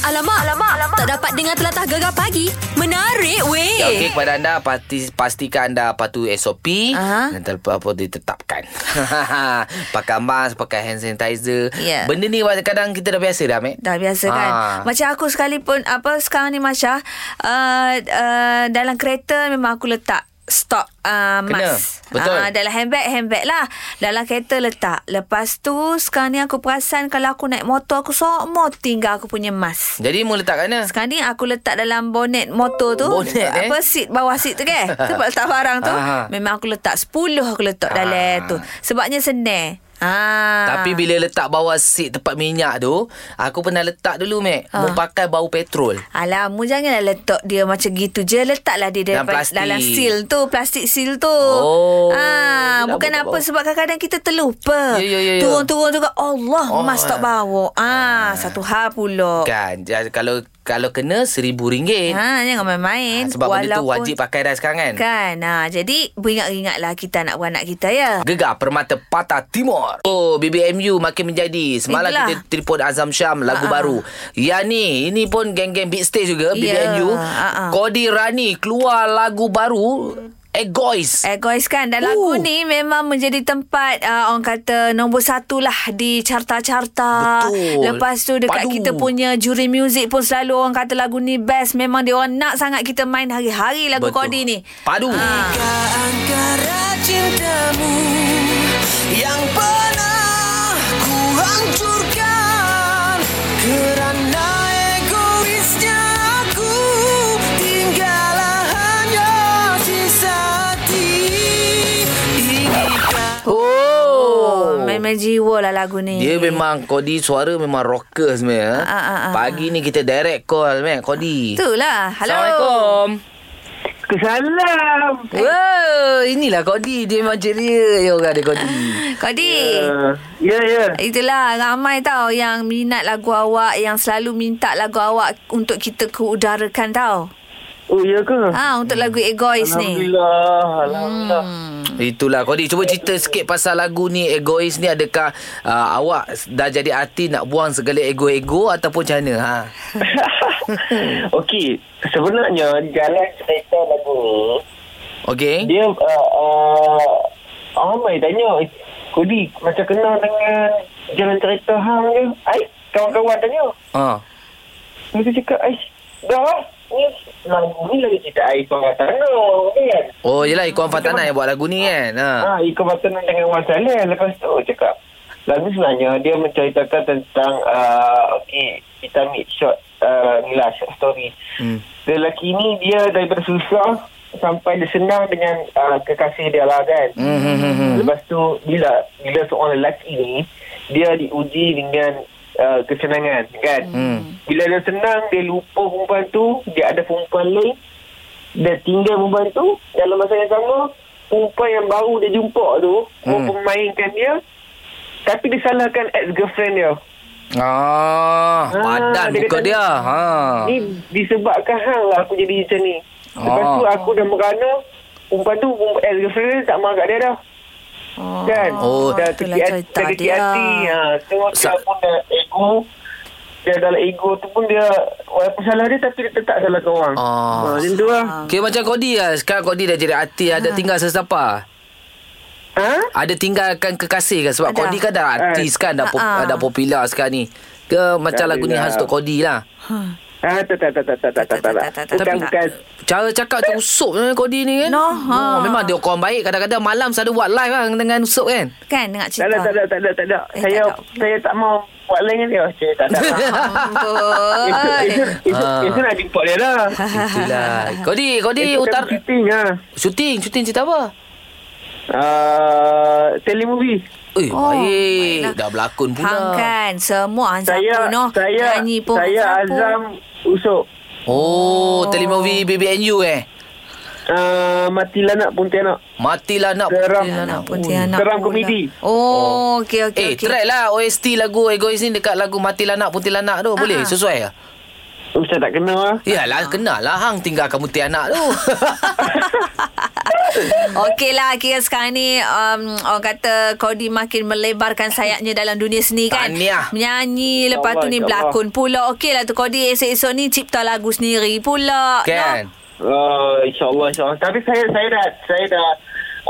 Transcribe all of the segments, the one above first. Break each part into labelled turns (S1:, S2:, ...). S1: Alamak, alamak, alamak. Tak dapat dengar telatah gegar pagi. Menarik, weh.
S2: Ya, Okey kepada anda pasti, Pastikan anda patuh SOP
S1: Aha.
S2: Dan terlepas apa ditetapkan Pakai mask Pakai hand sanitizer
S1: Ya.
S2: Benda ni kadang kita dah biasa dah Mek
S1: Dah biasa kan
S2: Ah.
S1: Macam aku sekalipun Apa sekarang ni Masya uh, uh, Dalam kereta Memang aku letak Stok uh,
S2: Kena.
S1: mask
S2: Betul.
S1: Ah, Dalam handbag Handbag lah Dalam kereta letak Lepas tu Sekarang ni aku perasan Kalau aku naik motor Aku semua tinggal Aku punya mask
S2: Jadi eh? mu letak kat mana?
S1: sekarang ni aku letak dalam bonet motor tu
S2: Bonet, eh?
S1: Apa seat bawah seat tu ke Tempat letak barang tu
S2: Ah.
S1: Memang aku letak 10 aku letak dalam
S2: Ah.
S1: tu Sebabnya senar Ah.
S2: Tapi bila letak bawah seat tempat minyak tu Aku pernah letak dulu Mek
S1: Ah.
S2: ha. Mu pakai bau petrol
S1: Alah, mu janganlah letak dia macam gitu je. Letaklah dia
S2: Dalam
S1: daripada,
S2: plastik.
S1: dalam seal tu, plastik seal tu.
S2: Oh,
S1: Ah,
S2: dia dah
S1: bukan
S2: buka
S1: apa
S2: bawah.
S1: sebab kadang-kadang kita terlupa.
S2: Ya, ya, ya, ya.
S1: Turun-turun juga Allah,
S2: Oh,
S1: mas tak
S2: ah.
S1: bawa. Ah, satu hal pula.
S2: Kan ja- Kalau kalau kena seribu ringgit
S1: Oh.
S2: ha.
S1: Ha, jangan main-main.
S2: Sebab benda tu wajib pakai dah sekarang kan
S1: Kan, ha, jadi beringat-ingatlah kita anak-anak kita ya.
S2: Gegar Permata Patah Timur. Oh, BBMU makin menjadi. Semalam
S1: Itulah.
S2: Itulah. kita telefon Azam Syam lagu
S1: Ha-ha.
S2: baru. Ya ni, ini pun geng-geng big stage juga
S1: Ya,
S2: BBMU.
S1: ha-ha.
S2: Kodi Rani keluar lagu baru Egois.
S1: Egois kan Dan lagu
S2: Ooh.
S1: ni memang menjadi tempat uh, Orang kata nombor satu lah Di carta-carta
S2: Betul.
S1: Lepas tu dekat
S2: Padu.
S1: kita punya juri muzik pun selalu orang kata lagu ni best Memang dia orang nak sangat kita main hari-hari lagu
S2: Betul.
S1: Kodi ni
S2: Padu.
S1: Ha.
S3: Jika angkara cintamu Yang pernah ku hancurkan Kerana egoisnya aku Tinggallah hanya sisa hati Inginkan
S2: Oh.
S1: Oh, memang jiwa lah lagu ni
S2: Dia memang Kodi suara memang rocker sebenarnya.
S1: Ha, ha, ha,
S2: Pagi ni kita direct call meh Kodi.
S1: Itulah Hello
S2: Assalamualaikum.
S4: Kesalam.
S2: Wow, inilah Kodi. Dia memang ceria. Ya orang dia Kodi.
S1: Kodi
S4: Uh, ya, ya.
S1: Itulah ramai tau yang minat lagu awak Yang selalu minta lagu awak untuk kita keudarakan tau
S4: Oh, ya ke?
S1: Ah Untuk lagu Egois ni Hmm.
S4: Alhamdulillah. Alhamdulillah.
S2: Itulah Kodi Cuba cerita sikit pasal lagu ni Egois ni adakah uh, Awak dah jadi artis Nak buang segala ego-ego Ataupun macam mana ha?
S4: Okey, sebenarnya jalan cerita lagu ni,
S1: Eh.
S2: Okay
S4: dia uh, uh, ramai tanya, Kodi macam kenal dengan jalan cerita hang ke? Ai, kawan-kawan tanya.
S2: ha.
S4: Lepas tu cakap, ai, dah. Ni lagu ni lagi cerita ai orang tanah kan?
S2: Oh yelah Ikuan Fatana yang buat lagu ni kan ha.
S4: Ha, ikut berteman dengan Wan Saleh. Lepas tu cakap. Lagu sebenarnya dia menceritakan tentang uh, okay, kita ambil short uh, ni lah short story.
S2: Hmm.
S4: Lelaki ni dia daripada susah sampai dia senang dengan uh, kekasih dia lah kan.
S2: Hmm, hmm, hmm, hmm.
S4: Lepas tu bila bila seorang lelaki ni dia diuji dengan uh, kesenangan kan.
S2: Hmm.
S4: Bila dia senang dia lupa perempuan tu, dia ada perempuan lain. Dia tinggal perempuan tu dalam masa yang sama perempuan yang baru dia jumpa tu hmm.
S2: Hmm.
S4: mempermainkan dia tapi disalahkan ex girlfriend dia.
S2: Ah, Padan
S4: dia
S2: muka
S4: kata-
S2: dia ha.
S4: Ni disebabkan hal lah aku jadi macam ni. Lepas
S2: Ah.
S4: tu aku dah merana perempuan tu ex girlfriend dia tak marah kat dia dah.
S1: Oh,
S4: Kan?
S2: Oh,
S4: dah
S1: itulah
S4: kecil hati,
S1: cerita
S4: dah kecil
S1: dia.
S4: hati. Ha. Tengok dia
S2: Sa-
S4: pun dah ego. Dia dalam ego tu pun dia, walaupun salah dia tapi dia tetap salah kau orang.
S2: Ah.
S4: Ha, macam tu lah.
S2: Okay macam Kodi lah Sekarang Kodi dah jadi artis
S1: Ah.
S2: Ada tinggal sesiapa
S4: Ha?
S2: Ada tinggalkan kekasih kan
S1: Ada.
S2: Sebab
S1: Ah,
S2: Kodi kan dah
S4: Eh.
S2: artis kan Dah, pop,
S1: Ha-ha.
S2: dah popular sekarang ni ke macam lagu ni
S4: Adalah.
S2: khas untuk Kodi lah
S4: Ha, tak, tak, tak, tak, tak, tak, tak, tak,
S1: Tak, tak, tak,
S4: tak. Bukan,
S1: tak.
S4: bukan.
S2: Cara cakap macam Usop eh, Kodi ni kan
S1: No, ha.
S2: ha. Memang dia orang baik Kadang-kadang malam Selalu buat live kan Dengan Usop kan
S1: Kan dengar
S4: Tak
S1: cerita.
S4: ada, tak ada, tak ada, tak ada.
S1: Eh,
S4: Saya,
S1: tak ada.
S4: saya tak mau buat lain dengan dia. Oh, Cik, tak ada. Itu, itu,
S1: Amboi.
S4: itu,
S2: Ah.
S4: itu nak jumpa dia dah.
S2: Itulah Kodi Kodi
S4: Itu
S2: utar
S4: kan shooting, ha.
S2: Syuting Syuting cerita apa
S4: Ah, telemovie.
S2: Eh
S1: Oh,
S2: oh, baik
S1: baiklah.
S2: Dah berlakon pula
S1: Hang kan semua Hang sapu
S4: Saya,
S1: no.
S4: saya,
S1: oh. Nyanyi pun
S4: saya
S1: Hang sapu.
S4: Azam Usop.
S2: Oh, Telemovie BBNU eh
S4: Ah, mati lanak pun tianak.
S2: Matilah nak
S1: Ya
S4: Seram.
S2: matilah nak.
S1: Pontianak
S4: Seram
S1: pula.
S4: komedi.
S1: Oh, okey okey
S2: Eh,
S1: okey.
S2: try lah OST lagu Egois ni dekat lagu Matilah Nak Putilah Nak tu. Boleh?
S1: Ha-ha.
S2: Sesuai ke?
S4: Ustaz tak kenal lah.
S1: Ah. Oh,
S2: Yalah, kenal lah Hang tinggalkan Mutianak tu.
S1: Okey lah Kira sekarang ni um, Orang kata Kodi makin melebarkan sayapnya Dalam dunia seni kan
S2: Tahniah.
S1: Menyanyi Lepas tu ni
S4: Allah,
S1: berlakon pula Okey lah tu Kodi Esok-esok ni cipta lagu sendiri pula
S2: Kan?
S1: no?
S4: Uh, InsyaAllah InsyaAllah Tapi saya Saya dah Saya dah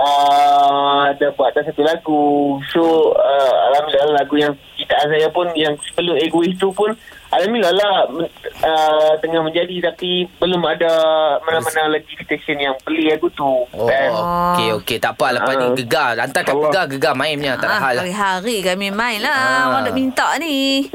S4: uh, Dah buat dah satu lagu So uh, Alhamdulillah lagu yang Ciptaan saya pun Yang sebelum egois tu pun Alhamdulillah lah men- uh, Tengah menjadi Tapi Belum ada Mana-mana lagi detection Yang beli lagu tu Eh,
S2: Oh, okey okey tak apa lepas ni
S4: Ah.
S2: gegar hantar kat
S4: Allah.
S2: gegar gegar mainnya tak ada
S1: Ah,
S2: hal. lah.
S1: hari-hari kami main lah
S2: Ah.
S1: Orang nak minta ni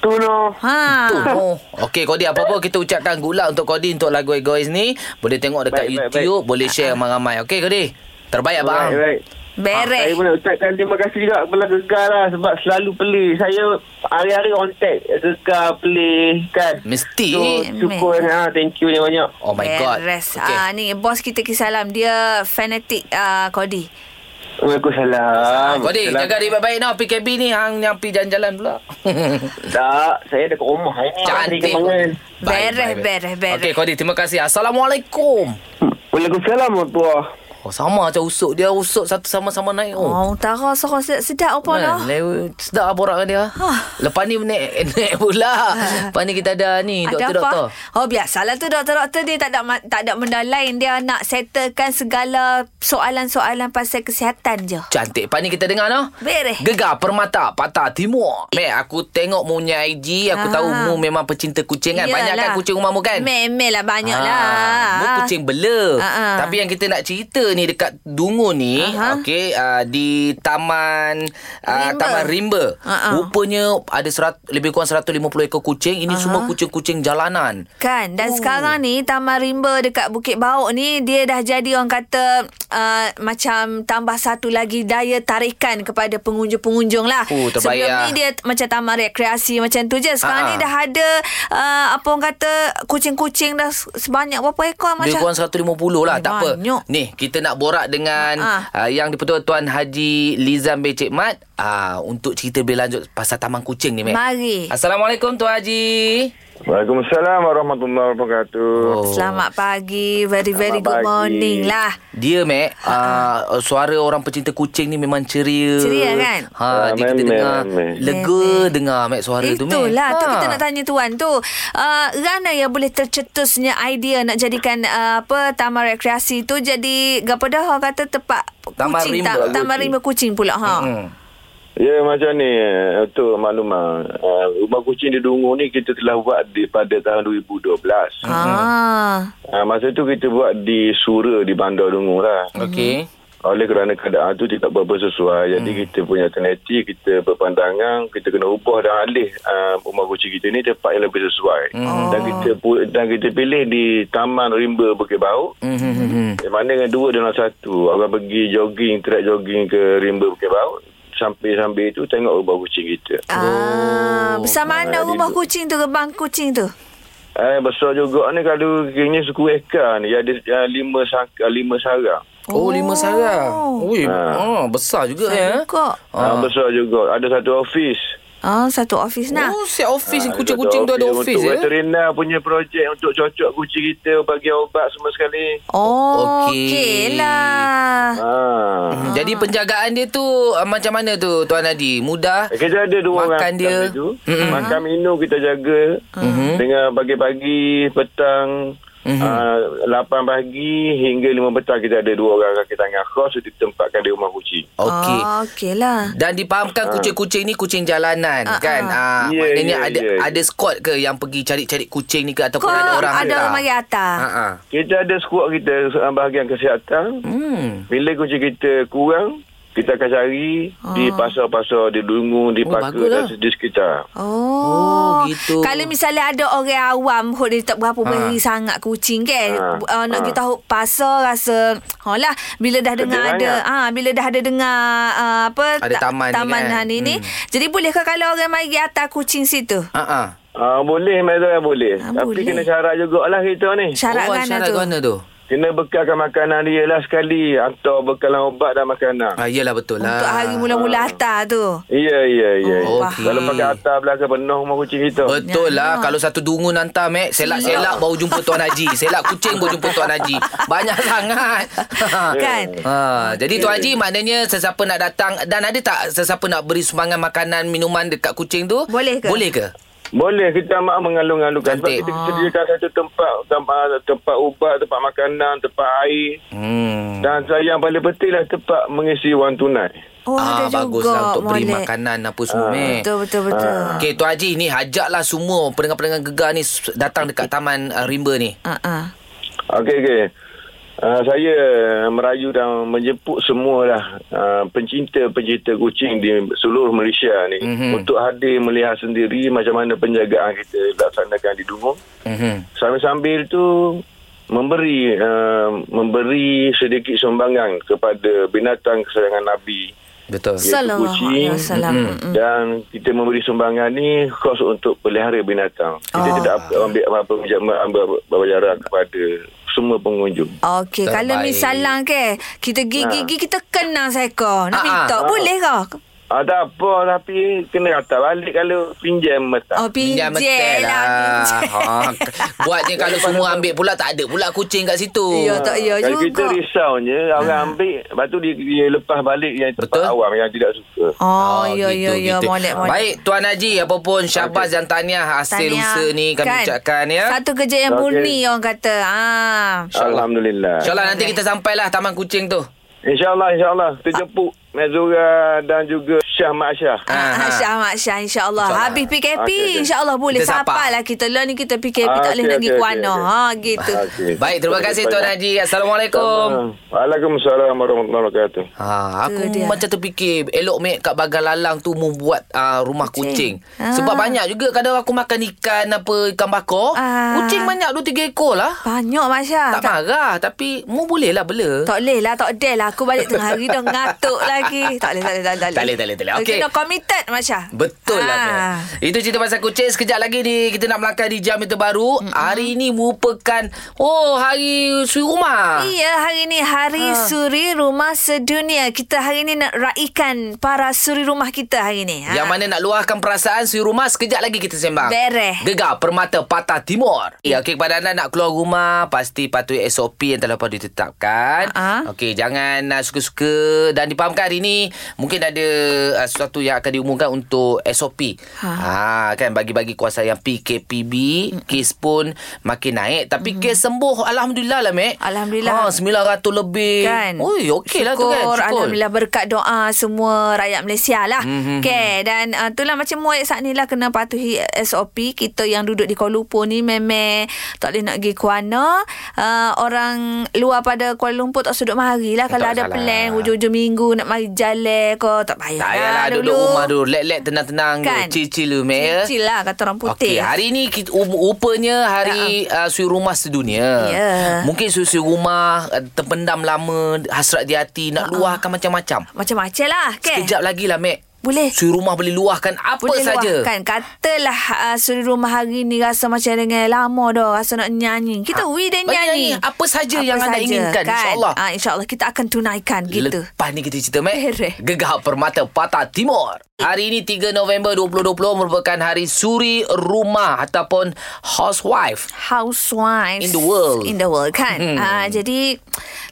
S4: Tu no
S1: Ha.
S2: Tu. Oh. Okey Kodi apa-apa kita ucapkan good luck untuk Kodi untuk lagu Egois ni. Boleh tengok dekat
S4: Baik, baik,
S2: YouTube, boleh
S1: Ah,
S2: share ramai-ramai. Okey Kodi. Terbaik abang.
S4: Baik, baik.
S1: Beres.
S4: Ah, Saya pun nak ucapkan terima kasih juga kepada Gegar lah sebab selalu play. Saya hari-hari on tag Gegar play kan.
S2: Mesti.
S4: So, syukur. Ha, thank you ni banyak.
S2: Oh my god.
S1: Beres.
S2: Okey.
S1: Ah, ni bos kita kisalam dia fanatik ah, Kodi.
S4: Waalaikumsalam.
S2: Kodi
S4: Salam.
S2: jaga diri baik-baik noh PKB ni hang yang pi jalan-jalan pula.
S4: Tak, saya dekat rumah. Hari ni hari
S2: Cantik.
S4: kemangan.
S2: Baik,
S1: Beres,
S2: baik,
S1: beres, beres.
S2: Okey Kodi terima kasih. Assalamualaikum.
S4: Waalaikumsalam warahmatullahi
S2: Oh sama macam usuk dia usuk satu sama-sama naik. Oh.
S1: Oh, utara sorang sedap-sedap apa lah.
S2: Kan, lew- sedap lah borak dengan dia.
S1: Ha.
S2: Lepas ni naik, naik pula. Lepas ni kita ada ni, doktor-doktor.
S1: Oh, biasalah tu doktor-doktor dia tak ada ma- tak ada benda lain. Dia nak settlekan segala soalan-soalan pasal kesihatan je.
S2: Cantik. Lepas ni kita dengar noh.
S1: Beres.
S2: Gegar Permata Patah Timur. Mek, aku tengok mu punya IG. Aku
S1: Ah.
S2: tahu mu memang pecinta kucing kan. Banyak kan
S1: Yalah.
S2: kucing rumah mu kan?
S1: Memel lah banyak
S2: Ah,
S1: lah.
S2: Mu kucing bela.
S1: Ah, ah.
S2: Tapi yang kita nak cerita ni dekat Dungu ni,
S1: Aha.
S2: okey, uh, di Taman uh,
S1: Rimba.
S2: Taman Rimba.
S1: Ah, ah.
S2: Rupanya ada serat, lebih kurang 150 ekor kucing. Ini semua kucing-kucing jalanan.
S1: Kan dan oh. sekarang ni Taman Rimba dekat Bukit Bauk ni dia dah jadi orang kata uh, macam tambah satu lagi daya tarikan kepada pengunjung-pengunjung lah.
S2: Oh, terbaik
S1: Sebelum
S2: lah.
S1: ni dia t- macam taman rekreasi macam tu je. Sekarang
S2: Ha-ha.
S1: ni dah ada uh, apa orang kata kucing-kucing dah se- sebanyak berapa ekor macam
S2: Dia kurang 150 lah
S1: Eh,
S2: Tak apa
S1: banyak.
S2: Ni kita nak borak dengan
S1: Ah.
S2: uh, Yang dipertua Tuan Haji Lizan Becik Mat uh, Untuk cerita lebih lanjut Pasal taman kucing ni Mek
S1: Mari.
S2: Assalamualaikum Tuan Haji
S5: Waalaikumsalam warahmatullahi wabarakatuh.
S2: Oh.
S1: Selamat pagi. Very very
S5: Selamat
S1: good
S5: pagi.
S1: morning lah.
S2: Dia Mek uh, Suara orang pecinta kucing ni memang ceria
S1: Ceria, kan?
S2: ha,
S5: Ah,
S2: Dia kita
S5: memek,
S2: dengar
S5: memek.
S2: Lega
S1: Memek.
S2: dengar Mek suara tu Mek
S1: Itulah tu
S2: Ha.
S1: kita nak tanya tuan tu. Uh, Rana yang boleh tercetusnya idea nak jadikan uh, apa taman rekreasi tu jadi apa dah orang kata tempat
S2: Taman
S1: kucing
S2: rimba.
S1: taman rimba kucing pula ha.
S2: Hmm.
S5: Ya macam ni eh, untuk maklumat uh, rumah kucing di Dungu ni kita telah buat di, pada tahun 2012. Ha.
S1: Ah.
S5: Uh, masa tu kita buat di Sura di Bandar Dungu lah.
S2: Okey
S5: Oleh kerana keadaan tu tidak berapa sesuai jadi kita punya alternatif kita berpandangan kita kena ubah dan alih uh, rumah kucing kita ni tempat yang lebih sesuai. Dan kita pu- dan kita pilih di Taman Rimba Bukit Bau.
S2: Mhm.
S5: Yang mana dengan dua dalam satu. Orang pergi jogging, trek jogging ke Rimba Bukit Bau. Sampai-sampai itu tengok rumah kucing kita.
S1: Ah,
S2: Oh,
S1: besar mana
S5: jadi
S1: rumah
S5: tu.
S1: kucing tu kebang kucing tu?
S5: Eh, besar juga ni kalau kini suku ekar ni. Ada uh, lima, sang, uh, lima sarang.
S2: Oh, lima sarang
S1: Oh.
S2: Ui, ah,
S5: Ah.
S2: Besar juga ya
S1: Kok.
S5: Ah.
S2: Ah.
S5: besar juga. Ada satu office.
S1: Ah, satu office nah.
S2: Oh, siap office
S5: Ah,
S2: kucing-kucing tu ada office
S5: Untuk
S2: ya.
S5: veterina punya projek untuk cocok kucing kita bagi obat semua sekali.
S1: Oh,
S2: Okey.
S1: okey lah.
S5: Ah.
S2: Hmm, Jadi penjagaan dia tu uh, macam mana tu Tuan Hadi? Mudah?
S5: Eh, Kita ada
S2: Makan
S5: dua orang kat
S2: dia.
S5: situ.
S2: Mm-mm.
S5: Makan minum kita jaga
S2: Mhm.
S5: Dengan pagi-pagi Petang
S2: Mhm.
S5: uh, 8 pagi Hingga 5 petang Kita ada dua orang kaki tangan khas Untuk ditempatkan di rumah kucing
S2: Okey.
S1: Ah, okey lah.
S2: Dan dipahamkan kucing-kucing ni kucing jalanan kan? Ah,
S5: Ha. Ya,
S2: maknanya
S5: ya,
S2: ada
S5: ya, ya.
S2: ada squad ke yang pergi cari-cari kucing ni ke ataupun
S1: Kok
S2: ada orang
S1: ada orang mari
S2: Ha
S1: atas.
S2: ah.
S5: Kita ada skuad kita uh, Bahagian kesihatan
S2: Hmm.
S5: Bila kucing kita kurang Kita akan cari Di pasar-pasar Di dungu Di
S2: Oh,
S5: pakar
S2: bagus lah.
S5: Dan di sekitar
S1: Oh,
S2: Oh, gitu. Ha.
S1: Kalau misalnya ada orang awam hok dia tak berapa beri sangat kucing
S5: Ha,
S1: kan. Uh, nak
S5: ha.
S1: pergi tahu pasar rasa oh lah bila dah dengar
S5: Kerja
S1: ada ah ha, bila dah ada dengar uh, apa
S2: Ada taman ni
S1: taman
S2: kan?
S1: ni, ni. Jadi boleh ke kalau orang mari atas kucing situ?
S2: Ha ah.
S5: Ah boleh Mazal boleh.
S1: Ah,
S5: Tapi
S1: boleh.
S5: kena syarat jugalah kita ni.
S1: Syarat
S2: Oh,
S1: kan
S2: syarat
S1: tu.
S2: mana tu?
S5: Kena bekalkan makanan dia lah sekali. Hantar bekalan ubat dan makanan.
S2: Ah, yelah betul lah.
S1: Untuk hari mula-mula atas tu.
S5: Ya, ya, ya.
S2: Oh,
S5: ya.
S2: faham.
S5: Kalau pakai atas belakang penuh rumah kucing kita.
S2: Betul
S1: Ya,
S2: lah.
S1: ya.
S2: Kalau satu dungu hantar, Mek. Selak-selak baru jumpa Tuan Haji. Selak kucing baru jumpa Tuan Haji. Banyak sangat.
S1: Kan?
S2: Ha, jadi Tuan Haji maknanya sesiapa nak datang dan ada tak sesiapa nak beri sumbangan makanan, minuman dekat kucing tu?
S1: Boleh ke?
S2: Boleh ke?
S5: Boleh kita amat mengalung-alungkan. Sebab
S2: Cantik.
S5: kita sediakan satu tempat, tempat, tempat ubat, tempat makanan, tempat air.
S2: Hmm.
S5: Dan saya yang paling penting lah tempat mengisi wang tunai.
S1: Oh, ada juga.
S2: Ah, baguslah untuk beri
S1: molek.
S2: makanan apa semua,
S5: Ah.
S2: Mek.
S1: Betul, betul, betul.
S2: Okey, Tuan Haji ni ajaklah semua pendengar-pendengar gegar ni s- datang dekat Taman uh, Rimba ni.
S1: Ah, ah.
S5: Okey, okey. Uh, saya merayu dan menjemput semualah uh, pencinta-pencinta kucing di seluruh Malaysia ni
S2: Mhm.
S5: mm-hmm. untuk hadir melihat sendiri macam mana penjagaan kita laksanakan di Dungun.
S2: Mhm.
S5: sambil-sambil tu memberi uh, memberi sedikit sumbangan kepada binatang kesayangan Nabi
S2: Betul.
S5: Yes.
S1: Sallallahu alaihi
S5: kucing.
S1: wasallam.
S2: Mm-mm.
S1: Mm-mm.
S5: dan kita memberi sumbangan ni khas untuk pelihara binatang. Kita
S1: Oh.
S5: oh. tidak ambil apa-apa ambil berjarak kepada semua pengunjung.
S1: Okey,
S2: Terbaik.
S1: kalau misalnya ke kita gigi-gigi kita kenang seekor. Nak
S2: Ah,
S1: minta
S5: ah.
S1: boleh ke?
S5: Ada apa tapi kena kata balik kalau pinjam mata.
S1: Oh, pinjam lah. pinjam.
S2: Ha, k- buatnya kalau semua ambil pula tak ada pula kucing kat situ. Ha,
S1: Ya, tak ya
S5: kalau kita
S1: juga. Ah.
S5: risaunya orang ambil lepas tu dia, dia lepas balik yang tempat
S2: Betul.
S5: awam yang tidak suka.
S1: Oh, ya, ya, ya.
S2: gitu.
S1: Molek, molek.
S2: Baik Tuan Haji Apapun syabas dan tahniah Hasil
S1: Tahniah.
S2: usaha ni Kami
S1: Kan?
S2: ucapkan ya
S1: Satu kerja yang
S5: Okey.
S1: murni orang kata. Ah.
S2: InsyaAllah.
S5: Alhamdulillah.
S2: InsyaAllah nanti kita sampailah Taman kucing tu
S5: InsyaAllah insyaAllah terjemput Mezura dan juga Syah Mak Syah.
S2: Ah,
S1: Ah,
S2: ah.
S1: Syah Mat Syah InsyaAllah
S2: InsyaAllah.
S1: Habis PKP
S5: Okey, okey.
S1: InsyaAllah boleh
S2: Kita sapa.
S1: Sapa lah kita Lah ni kita PKP Tak
S5: Ah,
S1: boleh
S5: okey,
S1: nak pergi
S5: okey,
S1: kuana
S5: okey, Ah,
S1: Ha gitu
S5: Okey.
S2: Baik terima kasih Tuan Haji Assalamualaikum
S5: Waalaikumsalam warahmatullahi wabarakatuh.
S2: Ha, aku
S1: dia.
S2: dia. macam terfikir elok mek kat bagan lalang tu membuat uh, rumah kucing.
S1: Kucing.
S2: kucing. Sebab
S1: Ah.
S2: banyak juga kadang aku makan ikan apa ikan bakar,
S1: Ah.
S2: kucing banyak 2 3 ekor lah.
S1: Banyak Mat Syah
S2: Tak, tak marah tapi mu boleh lah bela.
S1: Tak boleh lah, tak ada lah. Aku balik tengah hari dah ngatuk lagi. Tak boleh, tak boleh, tak boleh.
S2: Tak boleh, tak boleh, tak boleh. Okey.
S1: Kita committed, Ah. Masya.
S2: Betul lah Mek. Itu cerita pasal kucing Sekejap lagi ni Kita nak melangkah di jam yang terbaru mm-hmm. Hari ini merupakan Oh hari suri rumah
S1: Iya, hari ni Hari
S2: Ah.
S1: Suri Rumah Sedunia. Kita hari ni nak raikan para suri rumah kita hari ni. Ah,
S2: Yang mana nak luahkan perasaan suri rumah Sekejap lagi kita sembang
S1: Beres.
S2: Gegar Permata Patah Timur Ya okey kepada anda nak keluar rumah Pasti patuhi SOP yang telah pun ditetapkan
S1: Ha-ha.
S2: Okey jangan uh, suka-suka Dan dipahamkan hari ini Mungkin ada uh, sesuatu yang akan diumumkan untuk SOP ha. Kan bagi-bagi kuasa yang PKPB Kes pun makin naik Tapi kes sembuh Alhamdulillah lah Mek
S1: Alhamdulillah.
S2: ha, 900 lebih
S1: kan.
S2: Ui okey lah tu
S1: Syukur,
S2: kan Syukur. Hmm,
S1: Alhamdulillah berkat doa semua rakyat Malaysia lah. Mm-hmm. Okay, dan uh, itulah macam muat saat ni lah kena patuhi SOP. Kita yang duduk di Kuala Lumpur ni memang tak boleh nak pergi Kuala. Uh, orang luar pada Kuala Lumpur tak sudut mari lah. Kalau
S2: Eh, Tak
S1: ada
S2: masalah.
S1: plan hujung-hujung minggu nak mari jalan ke tak payah lah
S2: Tak payahlah
S1: dulu.
S2: duduk rumah dulu Let-let tenang-tenang
S1: Ah, Kan?
S2: dulu Chill-chill dulu Mek ya
S1: Kecil lah kata orang putih.
S2: Okey, hari ni kita, um- rupanya hari uh, sui rumah sedunia.
S1: Ya.
S2: Mungkin sui-sui rumah uh, terpendam lama, hasrat di hati,
S1: Ah.
S2: nak luahkan macam-macam.
S1: Macam-macam lah. Okay.
S2: Sekejap lagi lah, Mek.
S1: Boleh.
S2: Sui rumah boleh luahkan apa
S1: Boleh
S2: saja.
S1: luahkan Katalah uh, Suri rumah hari ni Rasa macam dengan lama dah Rasa nak nyanyi Kita ha. we dan
S2: Okey,
S1: nyanyi
S2: Ah, nyanyi. Apa saja yang anda inginkan, insyaAllah.
S1: ha, InsyaAllah kita akan tunaikan Gitu
S2: Lepas ni kita cerita, Mek.
S1: Beres. Eh.
S2: Gegar Permata Patah Timur. Hari ini 3 November 2020 merupakan hari suri rumah ataupun housewife.
S1: housewives
S2: In the world.
S1: in the world kan hmm.
S2: Hmm.
S1: uh, jadi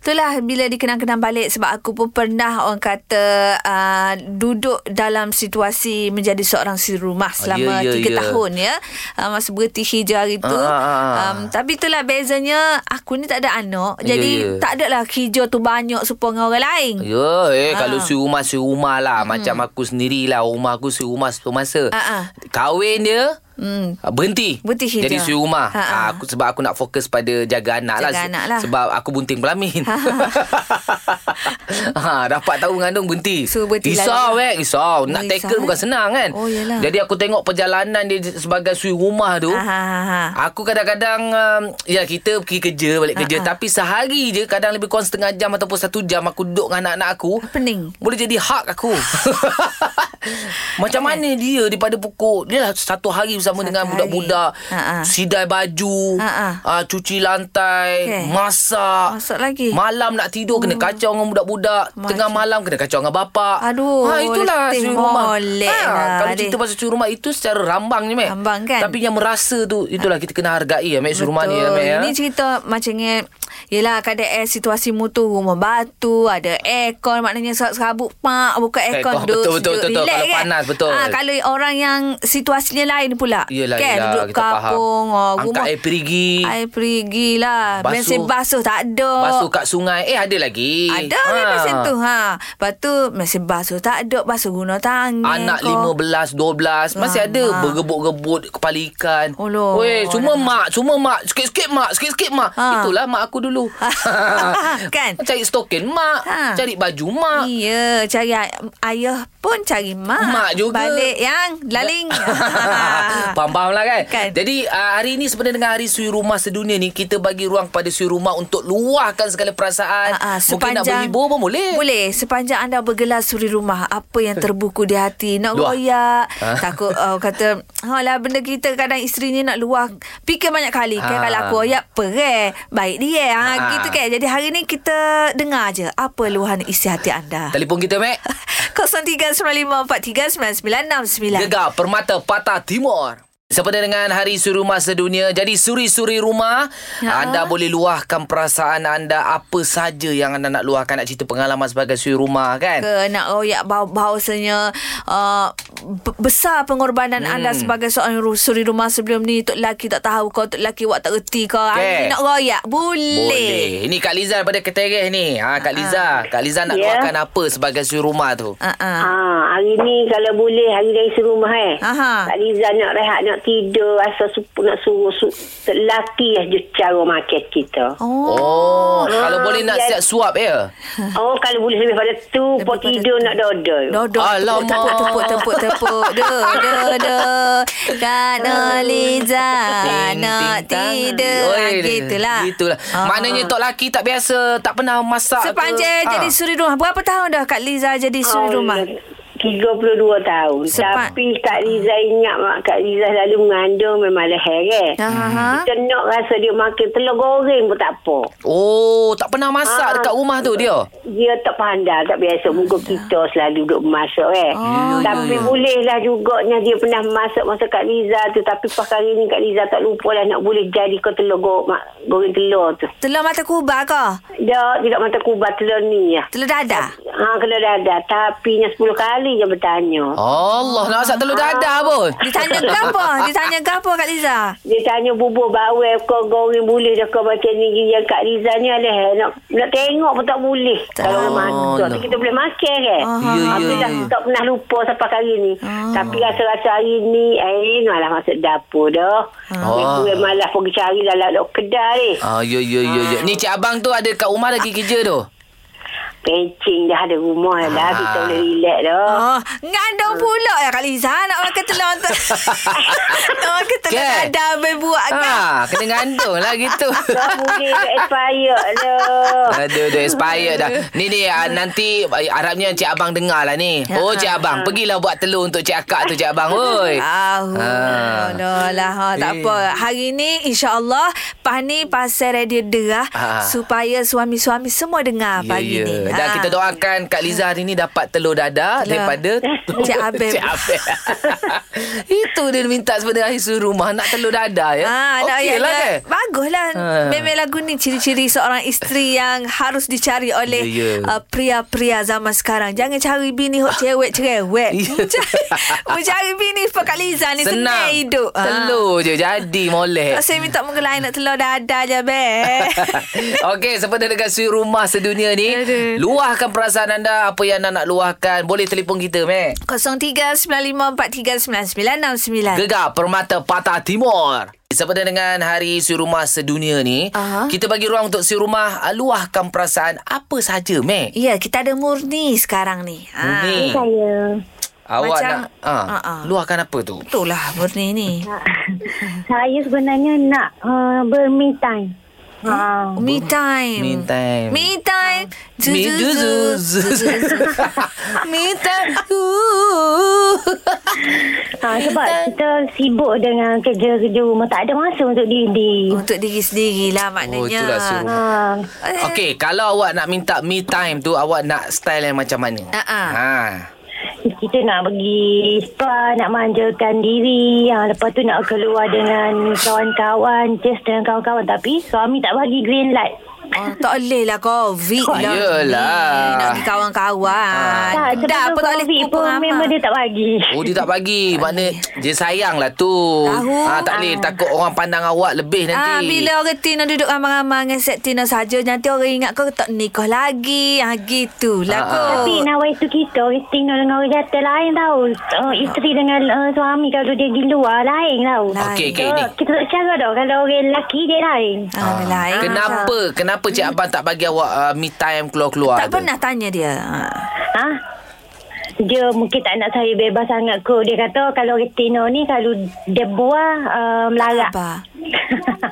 S1: itulah bila dikenang-kenang balik sebab aku pun pernah orang kata uh, duduk dalam situasi menjadi seorang si rumah selama
S2: Ah,
S1: 3
S2: ya, ya, ya.
S1: tahun ya uh, masa bertihi je hari tu
S2: Ah, ah, ah.
S1: um, tapi itulah bezanya aku ni tak ada anak
S2: Ya,
S1: jadi
S2: ya.
S1: tak adalah hijau tu banyak supaya dengan orang lain
S2: Ya, eh,
S1: Ha.
S2: ha. kalau si rumah si rumah lah. Hmm. Macam aku sendirilah. Rumah aku si rumah satu masa.
S1: Ha, ha.
S2: Kahwin dia,
S1: hmm.
S2: Ah, Berhenti
S1: Berhenti hijau.
S2: Jadi suri rumah
S1: Ha,
S2: ha,
S1: ha.
S2: Aku, Sebab aku nak fokus pada jaga anak
S1: Jaga
S2: lah Se-
S1: anak lah. Ah.
S2: Sebab aku bunting pelamin ha, Dapat tahu mengandung berhenti
S1: So, berhenti
S2: Risau
S1: lah.
S2: eh Risau
S1: Oh,
S2: Nak tackle
S1: risau,
S2: bukan
S1: eh.
S2: senang kan
S1: Oh, yelah.
S2: Jadi aku tengok perjalanan dia Sebagai suri rumah tu
S1: ha, ha, ha, ha.
S2: Aku kadang-kadang um, Ya kita pergi kerja Balik kerja Tapi sehari je Kadang lebih kurang setengah jam Ataupun satu jam Aku duduk dengan anak-anak aku
S1: pening
S2: boleh jadi hak aku Macam mana dia Daripada pukul Dia lah satu hari bersama dengan
S1: Satu
S2: budak-budak
S1: hari. Ha, ha.
S2: sidai baju,
S1: Ha, ha.
S2: ah, cuci lantai,
S1: Okey.
S2: masak.
S1: Masak lagi? Hmm.
S2: Malam nak tidur kena kacau dengan budak-budak,
S1: Macam-
S2: tengah malam kena kacau dengan bapak.
S1: Aduh,
S2: ha itulah
S1: letih
S2: suri rumah. Ah,
S1: molek lah,
S2: kalau
S1: adik.
S2: cerita pasal suri rumah itu secara rambang je, Mek.
S1: Rambang, kan?
S2: Tapi yang merasa tu itulah kita kena hargai ya, Mek, suri rumah ni ya, Mek. Ya.
S1: Ini cerita macam ni. Yelah kadang air situasi mutu rumah batu, ada aircon maknanya serabut pak buka aircon,
S2: Aircon, betul, betul, betul, betul. Kalau panas, betul.
S1: Ah kalau orang yang situasinya lain pula.
S2: Yelah,
S1: kan
S2: yelah,
S1: duduk
S2: kita faham.
S1: kampung, oh,
S2: Angkat
S1: rumah
S2: air perigi.
S1: Air perigi lah.
S2: Basuh.
S1: Mesin basuh tak ada.
S2: Basuh kat sungai. Eh ada lagi.
S1: Ada ha. mesin tu ha. Lepas tu mesin basuh tak ada, basuh guna tangan.
S2: Anak
S1: kau.
S2: 15, 12 Masih ada
S1: Alamak.
S2: Bergebut-gebut Kepala ikan
S1: Oloh.
S2: Weh Cuma
S1: Alamak.
S2: mak Cuma mak Sikit-sikit mak Sikit-sikit mak
S1: Ha.
S2: Itulah mak aku dulu
S1: Kan?
S2: Cari stokin mak
S1: Ha.
S2: Cari baju mak
S1: Iya, ya, cari ay- ayah pun cari mak.
S2: Mak juga.
S1: Balik yang laling.
S2: Faham-faham lah kan?
S1: Kan.
S2: Jadi uh, hari ni sebenarnya dengan hari sui rumah sedunia ni Kita bagi ruang kepada sui rumah Untuk luahkan segala perasaan
S1: Ah, ah,
S2: Mungkin nak
S1: sepanjang-
S2: berhibur pun boleh
S1: Boleh Sepanjang anda bergelar suri rumah Apa yang terbuku di hati Nak
S2: Luah.
S1: royak
S2: Ah.
S1: Takut uh, kata Alah benda kita kadang isteri ni nak luah Fikir banyak kali kan
S2: Ah.
S1: Kalau aku royak Perai Baik dia ha,
S2: Ah.
S1: Gitu kan Jadi hari ni kita dengar je Apa luahan isi hati anda
S2: Telefon kita Mac
S1: 0395439969
S2: Gegar Permata Patah Timur. Seperti dengan Hari Suri Rumah Sedunia. Jadi suri-suri rumah,
S1: Ya.
S2: anda boleh luahkan perasaan anda apa saja yang anda nak luahkan. Nak cerita pengalaman sebagai suri rumah kan?
S1: ke nak royak bau bahawasanya uh, b- besar pengorbanan hmm. anda sebagai seorang ru- suri rumah sebelum ni tok lelaki tak tahu kau tok lelaki awak tak reti kau
S2: Okey.
S1: okay. nak royak boleh, boleh.
S2: Boleh. Ini Kak Liza daripada Ketereh ni. Ha,
S1: Ah.
S2: Kak Liza. Kak Liza nak
S6: Ya.
S2: luahkan apa sebagai suri rumah tu?
S1: Uh-uh.
S6: Ha, hari ni kalau boleh hari raya serumah eh.
S1: Aha.
S6: Kak Liza nak rehat, nak tidur, rasa sup- nak suruh su- lelaki eh je cara makan kita.
S1: Oh.
S2: Oh, kalau
S6: Ah,
S2: boleh nak siap
S6: biar-
S2: suap ya?
S6: Oh, kalau boleh lebih pada tu,
S1: Lebih
S6: pun
S1: pada
S6: tidur
S1: tu.
S6: nak dodol.
S1: Dodol
S2: Alamak.
S1: tepuk tepuk tepuk tepuk de de de Kak Noliza
S2: Ting,
S1: nak
S2: ting, tang.
S1: tidur Ah,
S2: Oi,
S1: gitulah
S2: Gitulah.
S1: Ah.
S2: Maknanya tok laki tak biasa, tak pernah masak ke?
S1: sepanjang
S2: Ah.
S1: jadi suri rumah berapa tahun dah Kak Liza jadi
S6: Oh,
S1: suri rumah
S6: 32 tahun.
S1: Sepat. Hmm.
S6: Tapi Kak Liza ingat mak Kak Liza selalu mengandung memanglah heret.
S1: Aha.
S6: Hmm. Kita nak rasa dia makan telur goreng pun tak apa.
S2: Oh, tak pernah masak
S6: Ah.
S2: dekat rumah tu dia.
S6: Dia tak pandai, tak biasa. Muka kita selalu duduk memasak eh.
S1: Oh,
S6: tapi bolehlah jugaknya dia pernah masak masa Kak Liza tu. Tapi pas kali ni Kak Liza tak lupa lah nak boleh jadi kau telur go, mak, goreng telur tu.
S1: Telur mata kubar kah?
S6: Dia tidak mata kubat telur ni ya.
S1: Telur dadah?
S6: Ha, kena dadah. Tapi nya 10 kali je bertanya.
S2: Allah, nak masak telur dadah pun.
S1: Ditanya gapo? Ditanya gapo Kak Liza?
S6: Dia tanya bubur bawel kau goreng boleh dah kau macam ni yang Kak Liza ni alah nak nak tengok pun tak boleh. Kalau orang masak
S2: Allah.
S6: tu kita boleh makan kan.
S1: Aha.
S2: Ya,
S6: Tapi
S2: ya,
S6: dah
S2: ya. Ah.
S6: tak pernah lupa sampai hari ni. Tapi rasa-rasa hari ni eh malah masuk dapur dah.
S2: Ah.
S6: Oh. Gue malah pergi cari dalam dok kedai ni.
S2: Ah, yo yo yo yo. Ni cik abang tu ada kat rumah lagi kerja tu.
S6: Pencing dah ada rumah dah kita
S2: Ah.
S6: boleh relax dah.
S1: Oh, ngandung pula ya Kak Liza nak makan telur tu. nak makan telur
S2: Kan?
S1: dadah habis buat kan.
S2: Ha, kena ngandung lah gitu.
S6: Dah boleh expired dah.
S2: Aduh, dah expired dah. Ni ni ah, nanti ah, harapnya cik abang dengar lah ni.
S1: Ya.
S2: Oh, cik abang, pergilah buat telur untuk cik akak tu cik abang. Oi.
S1: Ah,
S2: Ah.
S1: ah. lah ha,
S2: Eh.
S1: tak apa. Hari ni insya-Allah Pah ni pasal radio derah
S2: Ah. Ya,
S1: supaya suami-suami semua dengar pagi ni. Ah.
S2: Dan kita doakan Kak Liza hari ni dapat telur dadah
S1: Telur.
S2: daripada telur
S1: Cik Abel.
S2: Cik Abel. Itu dia minta sebenarnya hari suruh rumah nak telur dadah ya.
S1: Ah, nak
S2: Okey
S1: ayat
S2: lah
S1: dia.
S2: kan.
S1: Baguslah.
S2: Ah.
S1: Memang lagu ni ciri-ciri seorang isteri yang harus dicari oleh
S2: Ya, ya.
S1: yeah, yeah. Uh, pria-pria zaman sekarang. Jangan cari bini hok cewek cerewet.
S2: Ya.
S1: Mencari, mencari bini Fakat Liza ni senang, senang hidup. Ah.
S2: Telur je jadi molek.
S1: Tak saya minta menggelai nak telur dadah je be.
S2: Okey, seperti dengan suri rumah sedunia ni, luahkan perasaan anda apa yang anda nak luahkan. Boleh telefon kita, Mek.
S1: 0395439969.
S2: Gegar Permata Patah Timur. Seperti dengan Hari Suri Rumah Sedunia ni,
S1: Aha.
S2: kita bagi ruang untuk Suri Rumah ah, luahkan perasaan apa saja, Mek.
S1: Ya, kita ada Murni sekarang ni. Ah.
S2: Ni,
S6: Saya.
S2: awak
S1: Macam-
S2: nak ah,
S1: Ah, ah.
S2: luahkan apa tu?
S1: Betul lah Murni ni.
S6: Saya sebenarnya nak uh, bermi time.
S2: Hmm?
S6: Ha.
S1: Me time.
S2: Me time.
S1: Me time. Zu- zu-
S2: Me zu-
S1: zu- zu-
S2: zu-
S1: zu- zu. Me time.
S6: ha. Sebab kita sibuk dengan kerja-kerja rumah. Tak ada masa untuk diri.
S1: Untuk diri sendiri lah maknanya.
S2: Oh, itulah suruh.
S6: Ha.
S1: Eh,
S2: Okey, kalau awak nak minta me time tu, awak nak style yang macam mana?
S1: Ha-ha.
S2: Ha.
S6: kita nak pergi spa, nak manjakan diri. Ha, lepas tu nak keluar dengan kawan-kawan, just dengan kawan-kawan. Tapi suami tak bagi green light.
S1: Oh, tak boleh lah COVID
S2: Ah,
S1: lah.
S2: yelah.
S1: Nak pergi
S2: Ah.
S1: kawan-kawan.
S6: Tak,
S1: Dah
S6: sebelum
S1: apa tak boleh
S6: COVID
S1: pukul
S6: pun memang dia tak bagi.
S2: Oh dia tak bagi Maknanya Dia sayang lah tu
S1: Tahu.
S2: ha, Tak boleh Takut orang pandang awak Lebih
S1: Ah,
S2: nanti
S1: bila orang Tina duduk ramai-ramai dengan set Tina saja nanti orang ingat kau tak nikah lagi. Ah gitulah
S2: Ah,
S1: kau.
S6: Tapi nawai tu kita Orang tinggal dengan orang jatuh lain tau uh, Isteri dengan uh, suami Kalau dia pergi luar Lain tau
S1: Lain.
S2: Okey okey ni
S6: So, Kita tak cara tau Kalau orang lelaki dia lain
S1: Ah, lain.
S2: Kenapa Kenapa Cik Abang tak bagi awak uh, Me time keluar-keluar
S1: Tak
S2: tu?
S1: pernah tanya dia. Ah.
S6: Ha? Dia mungkin tak nak saya bebas sangat kot Dia kata kalau orang Tino ni Kalau dia buah uh, Melarat
S1: Apa?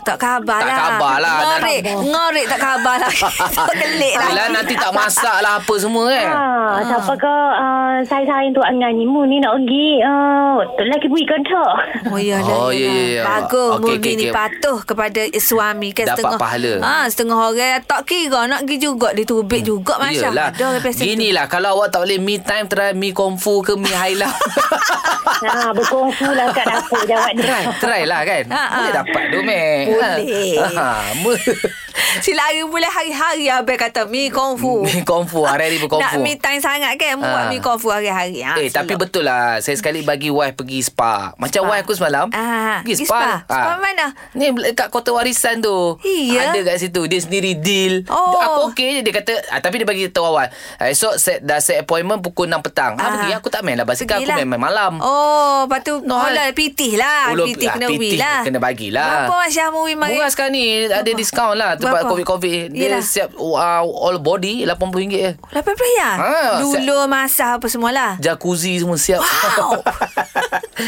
S1: Tak khabar
S2: Tak
S1: lah.
S2: khabar lah.
S1: Ngorik. Ngorik tak khabar lah. tak kelik lah.
S2: Yelah nanti tak masak lah Apa semua kan
S6: Ha, siapa ke uh, saya sayang tu angan ni mu ni nak pergi uh, lelaki pergi kantor.
S1: Oh, ya lah.
S2: Oh, ya, ya, ya.
S1: Bagus.
S2: Okey,
S1: Okay, Murni
S2: okey,
S1: ni
S2: okey.
S1: patuh kepada suami. Kan
S2: Dapat
S1: setengah,
S2: pahala.
S1: Ha, setengah orang tak kira nak pergi juga. Dia tubik juga. Masya
S2: Yelah
S1: Allah.
S2: Gini lah Kalau awak tak boleh Me time Try me kung fu ke Me haila
S6: ha, berkongsi lah kat dapur jawab dia.
S2: Try lah kan
S1: Ha, ha.
S2: Boleh dapat tu Mac
S1: Boleh.
S2: ha.
S1: Sila hari mulai hari-hari Abang kata Mi kung fu
S2: Me kung fu Hari-hari berkung
S1: Nak
S2: fu
S1: mi time sangat kan Buat
S2: Ah.
S1: mi kung fu hari-hari ha,
S2: Eh tapi betul lah Saya sekali bagi wife pergi spa Macam
S1: Spa.
S2: wife aku semalam
S1: Ah, pergi
S2: Pergi
S1: spa.
S2: spa
S1: Spa mana?
S2: Ni dekat kota warisan tu
S1: Iya.
S2: Ada kat situ Dia sendiri deal
S1: Oh.
S2: Aku okey je Dia kata ah, Tapi dia bagi tahu awal ah, Esok set, dah set appointment Pukul 6 petang ah,
S1: Ah.
S2: pergi Aku tak main lah basikal Aku
S1: Pergilah.
S2: main, main malam
S1: Oh, lepas tu no,
S2: No,
S1: Olah
S2: hal.
S1: pitih lah
S2: Ulo-
S1: Pitih
S2: ah,
S1: kena
S2: pitih
S1: wi lah
S2: kena bagilah.
S1: Berapa Masya Amuri Mari
S2: Murah sekarang ni Ada
S1: Berapa?
S2: diskaun lah Tempat
S1: Berapa?
S2: COVID-COVID Dia
S1: Yelah.
S2: siap uh, All body RM80 je
S1: RM18 ya?
S2: Ha,
S1: Dulu masa apa semua lah
S2: Jacuzzi semua siap
S1: Wow.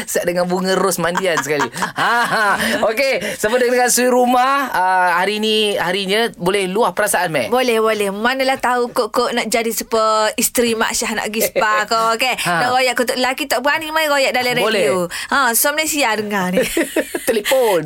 S2: Siap dengan bunga ros mandian sekali ha, ha. Okey Sama dengan suri rumah uh, Hari ni Harinya Boleh luah perasaan Mac
S1: boleh, boleh. Manalah tahu kok-kok nak jadi super isteri Mak Syah nak pergi spa ke, okey?
S2: Ha.
S1: Nak royak kutuk lelaki tak berani main royak dalam
S2: Boleh.
S1: radio. Ha, so Malaysia dengar ni.
S2: Telefon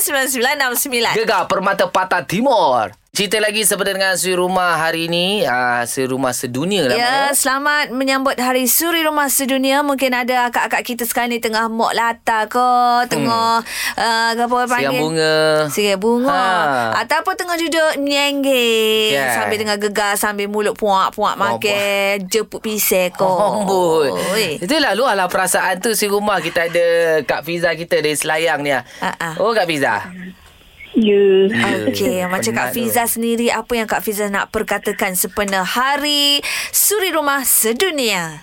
S1: 0395439969.
S2: Gegar Permata Patah Timur Cerita lagi Sama dengan suri rumah hari ni uh, Suri rumah sedunia lah Mac.
S1: Ya, selamat menyambut Hari Suri Rumah Sedunia. Mungkin ada akak-akak kita sekarang ni tengah mok lata ke, tengah hmm. uh, apa orang panggil?
S2: Siang bunga
S1: Sirai bunga ha.
S2: Ah. Ha.
S1: Ataupun tengah duduk Menyenggil yeah.
S2: Yeah.
S1: Sambil tengah gegar Sambil mulut
S2: Oh,
S1: puak-puak Makan Jeput pisang kau
S2: Amboi.
S1: Oi.
S2: Itulah luar lah perasaan tu si rumah kita ada Kak Fiza kita dari Selayang ni. ah.
S1: Ah, ah.
S2: Oh Kak Fiza.
S6: Ya.
S1: Okey, macam Kak
S2: Penat tu.
S1: Fiza sendiri apa yang Kak Fiza nak perkatakan sempena hari suri rumah sedunia?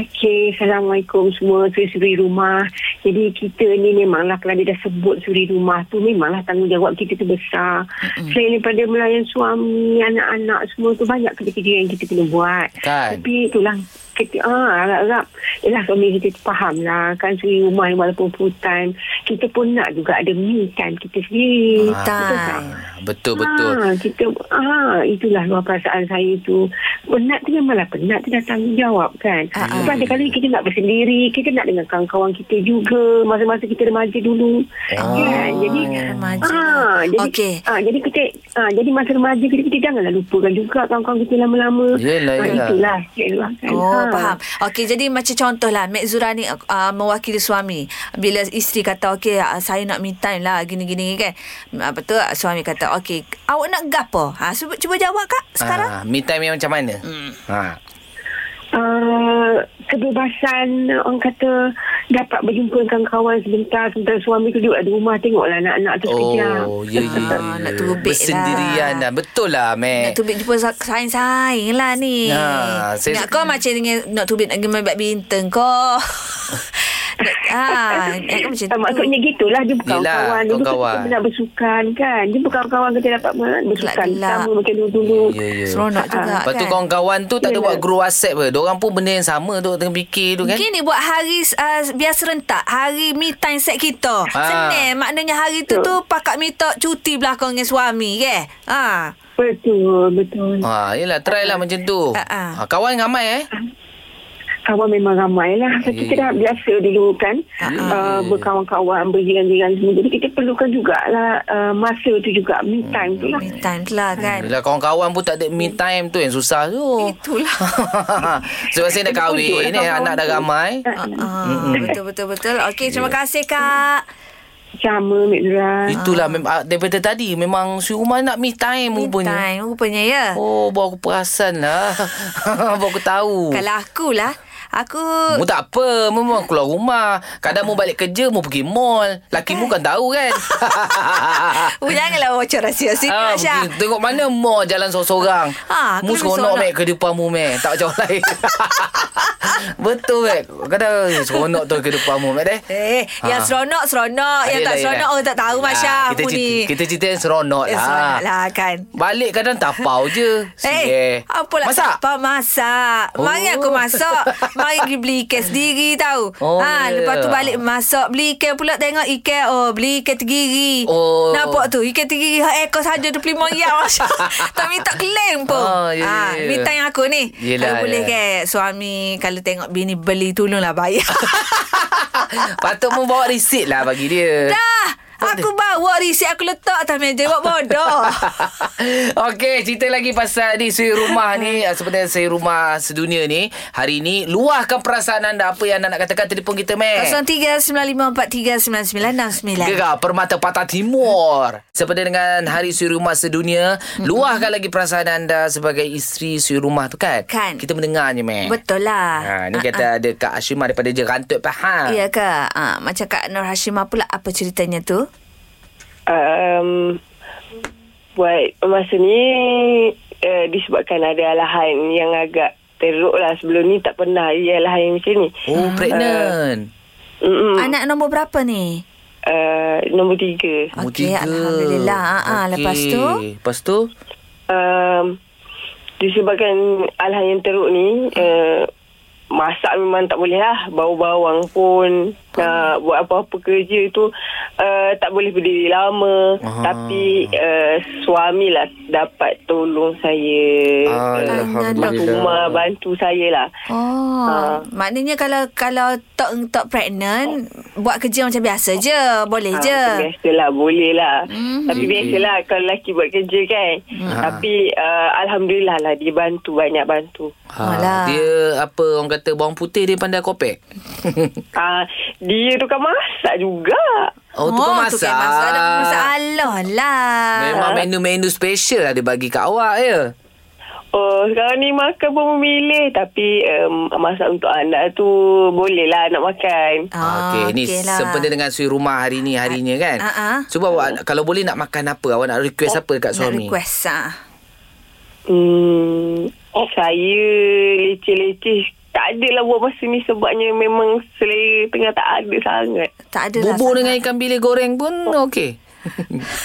S7: Okey, Assalamualaikum semua suri-suri rumah. Jadi kita ni memanglah kalau dia dah sebut suri rumah tu memanglah tanggungjawab kita tu besar. Mm-hmm. Selain daripada melayan suami, anak-anak semua tu banyak kerja-kerja yang kita kena buat.
S2: Kan.
S7: Tapi itulah kita ah harap-harap ialah suami kita tu faham lah kan suri rumah ni walaupun full time kita pun nak juga ada me time kita sendiri.
S1: Ah. Time.
S7: Betul tak?
S2: Betul betul.
S1: Hmm.
S7: Ha, kita ha, itulah luar perasaan saya tu. Penat tu memanglah penat tu dah tanggungjawab kan.
S1: Ah, ah.
S7: Sebab ada kali kita nak bersendiri, kita nak dengan kawan-kawan kita juga masa-masa kita remaja dulu.
S2: Ah.
S7: Kan? Jadi
S1: remaja.
S7: Ah, jadi,
S1: Okey.
S7: ah, jadi kita ah, jadi masa remaja kita, kita janganlah lupakan juga kawan-kawan kita lama-lama.
S2: Yelah,
S7: Ah,
S2: yelah.
S7: itulah. Yelah,
S6: Ya.
S7: kan?
S1: Oh,
S7: Ah.
S1: faham. Okey, jadi macam contohlah Mek Zura ni uh, mewakili suami. Bila isteri kata, okey, uh, saya nak me time lah, gini-gini kan. Apa tu, uh, suami kata, okey, awak nak gapo? Ha, cuba, cuba jawab Kak sekarang.
S2: Ah, me time yang macam mana? Hmm. Ha.
S7: uh, kebebasan orang kata dapat berjumpa dengan kawan sebentar sementara suami tu duduk di rumah tengoklah anak-anak tu sekejap.
S2: Oh, ya
S1: Ah,
S2: ya. ya.
S1: nak terubik
S2: Bersendirian
S1: lah.
S2: lah. Betul lah,
S1: Nak
S2: Mac.
S1: tubik jumpa sa- saing-saing lah ni.
S2: Ya,
S1: Ya,
S2: saya-
S1: nak kau macam dengan nak tubik nak pergi main badminton kau. Ah, eh, macam
S7: Ah,
S1: tu.
S7: Maksudnya gitulah Dia bukan
S2: Yelah,
S7: kawan Dia bukan
S2: kawan-kawan.
S7: kita nak bersukan kan Dia bukan kawan kita dapat ber- bersukan
S1: Gelak-gelak.
S7: Sama macam dulu-dulu
S2: Ya, ya.
S1: Seronok juga
S2: Lepas tu
S1: kan?
S2: kawan-kawan tu tak ada
S7: Yelah.
S2: buat group WhatsApp ke. Diorang pun benda yang sama tu tengah fikir tu kan.
S1: Mungkin ni buat hari uh, biar serentak. Hari me time set kita.
S2: Ah.
S1: Senin maknanya hari tu tu pakak me talk cuti belakang dengan suami ke. Ha.
S7: Betul Betul
S2: Ha, yelah try lah macam tu.
S1: Ah, ah.
S2: Ha, kawan ramai eh.
S7: Kawan memang ramai lah Sebab
S2: Ya,
S7: Kita
S2: ya.
S7: dah biasa dulu kan
S1: Ah,
S7: uh, Berkawan-kawan Berjiran-jiran semua Jadi kita perlukan jugalah uh, Masa tu juga Me time tu lah
S1: Me time tu lah kan. Eh.
S2: Yelah kawan-kawan pun tak ada me time tu yang susah tu.
S1: Itulah.
S2: Sebab saya dah kahwin
S1: lah
S7: Betul,
S2: eh,
S7: kawan-kawan
S2: anak dah
S7: tu.
S2: ramai.
S1: Ah, betul betul betul. Okey,
S2: Ya.
S1: terima kasih Kak.
S7: Sama Mek Zura
S2: Itulah mem- ah, daripada tadi memang si rumah nak me time
S1: Me
S2: rupanya.
S1: time rupanya ya.
S2: Oh, baru aku perasan lah. baru aku tahu.
S1: Kalau akulah, aku
S2: Mu tak apa Mu keluar rumah Kadang mu balik kerja Mu pergi mall Laki mu kan tahu kan
S1: Oh, janganlah bocor rahsia sini
S2: Ah,
S1: Aisyah.
S2: pergi- Tengok mana mall Jalan seorang-seorang
S1: Ah,
S2: Mu
S1: kena
S2: seronok
S1: seronok.
S2: mek Kehidupan mu mek Tak macam orang lain Betul mek Kadang eh, seronok tu Kehidupan mu mek deh
S1: Eh, yang
S2: Ah.
S1: seronok seronok, yang tak
S2: Yelah,
S1: seronok
S2: yelah.
S1: orang tak tahu Masya.
S2: Ah, kita,
S1: Mu
S2: cerita,
S1: ni.
S2: kita cerita yang seronok
S1: Eh,
S2: lah.
S1: seronok lah kan.
S2: Balik kadang tapau je.
S1: Eh, apa lah
S2: Masak?
S1: Apa masak.
S2: Oh.
S1: Mari aku masak. Mari pergi beli ikan sendiri tahu.
S2: Oh,
S1: ha,
S2: ya.
S1: lepas tu balik masak beli ikan pula tengok ikan. Oh, beli ikan tergiri.
S2: Oh.
S1: Nampak tu ikan tergiri hak ekor saja RM25. Masya. tak minta claim pun.
S2: Oh, ya,
S1: Ah,
S2: ya, ya.
S1: minta yang aku ni.
S2: Yelah,
S1: kalau boleh
S2: ya.
S1: ke suami kalau tengok bini beli tolonglah bayar.
S2: Patut mu bawa resit lah bagi dia.
S1: Dah. Aku bawa risik aku letak atas meja. Buat bodoh.
S2: Okey, cerita lagi pasal ni suri rumah ni. Ah, Sebenarnya suri rumah sedunia ni. Hari ni, luahkan perasaan anda. Apa yang anda nak katakan telefon kita, Mek.
S1: 0395439969.
S2: Eh. Gegar Permata Patah Timur. Seperti dengan Hari Suri Rumah Sedunia, luahkan lagi perasaan anda sebagai isteri suri rumah tu kan?
S1: Kan.
S2: Kita mendengarnya, Mek.
S1: Betul lah.
S2: Ha, ni kata ada Kak Ashima daripada Jerantut Pahang.
S1: Ya ke? Ha, macam Kak Nur Hashimah pula apa ceritanya tu?
S6: um, buat masa ni uh, disebabkan ada alahan yang agak teruk lah sebelum ni tak pernah ada alahan yang macam ni
S2: Oh, pregnant.
S6: Mm-mm.
S1: Hmm. Anak nombor berapa ni?
S6: uh, nombor tiga
S2: Umur
S1: Okey,
S2: tiga.
S1: Alhamdulillah. Ha, ha,
S2: Okey.
S1: lepas tu?
S2: Lepas tu?
S6: um, disebabkan alahan yang teruk ni uh, masak memang tak boleh lah bau bawang pun nak buat apa-apa kerja tu uh, tak boleh berdiri lama
S2: Ah.
S6: tapi uh, suamilah dapat tolong saya
S1: Ah,
S6: uh, bantu rumah bantu saya lah
S1: Oh, ha.
S6: Ha.
S1: maknanya kalau kalau tak tak pregnant, buat kerja macam biasa je, boleh
S2: Ha,
S6: Ah,
S1: je.
S6: macam Biasalah boleh lah
S2: Hmm.
S1: Mhm.
S6: Tapi biasalah Kalau lelaki buat kerja kan Tapi uh, Alhamdulillah lah Dia bantu Banyak bantu
S2: Ha,
S1: Malah.
S2: dia apa orang kata bawang putih dia pandai kopek.
S6: uh, Dia tukang masak juga
S2: Oh, tukang masak.
S1: tukang masak. Ada kan masalah lah.
S2: Memang menu-menu special lah dia bagi kat awak ya.
S6: Oh sekarang ni makan pun memilih Tapi um, Masak untuk anak tu Boleh lah nak makan
S1: Ah,
S2: Okey, ni
S1: okey
S2: sempena dengan suri rumah hari ni harinya kan.
S1: Ah, ah. Oh,
S2: Cuba awak kalau boleh nak makan apa? Awak nak request apa dekat
S1: Nak
S2: suami?
S1: request ah.
S6: hmm,
S2: Oh.
S6: Saya Leceh-leceh Tak adalah buat masa ni Sebabnya memang Selera tengah tak ada sangat
S1: Tak ada lah.
S2: Bubur
S1: sangat.
S2: dengan ikan bilis goreng pun okey.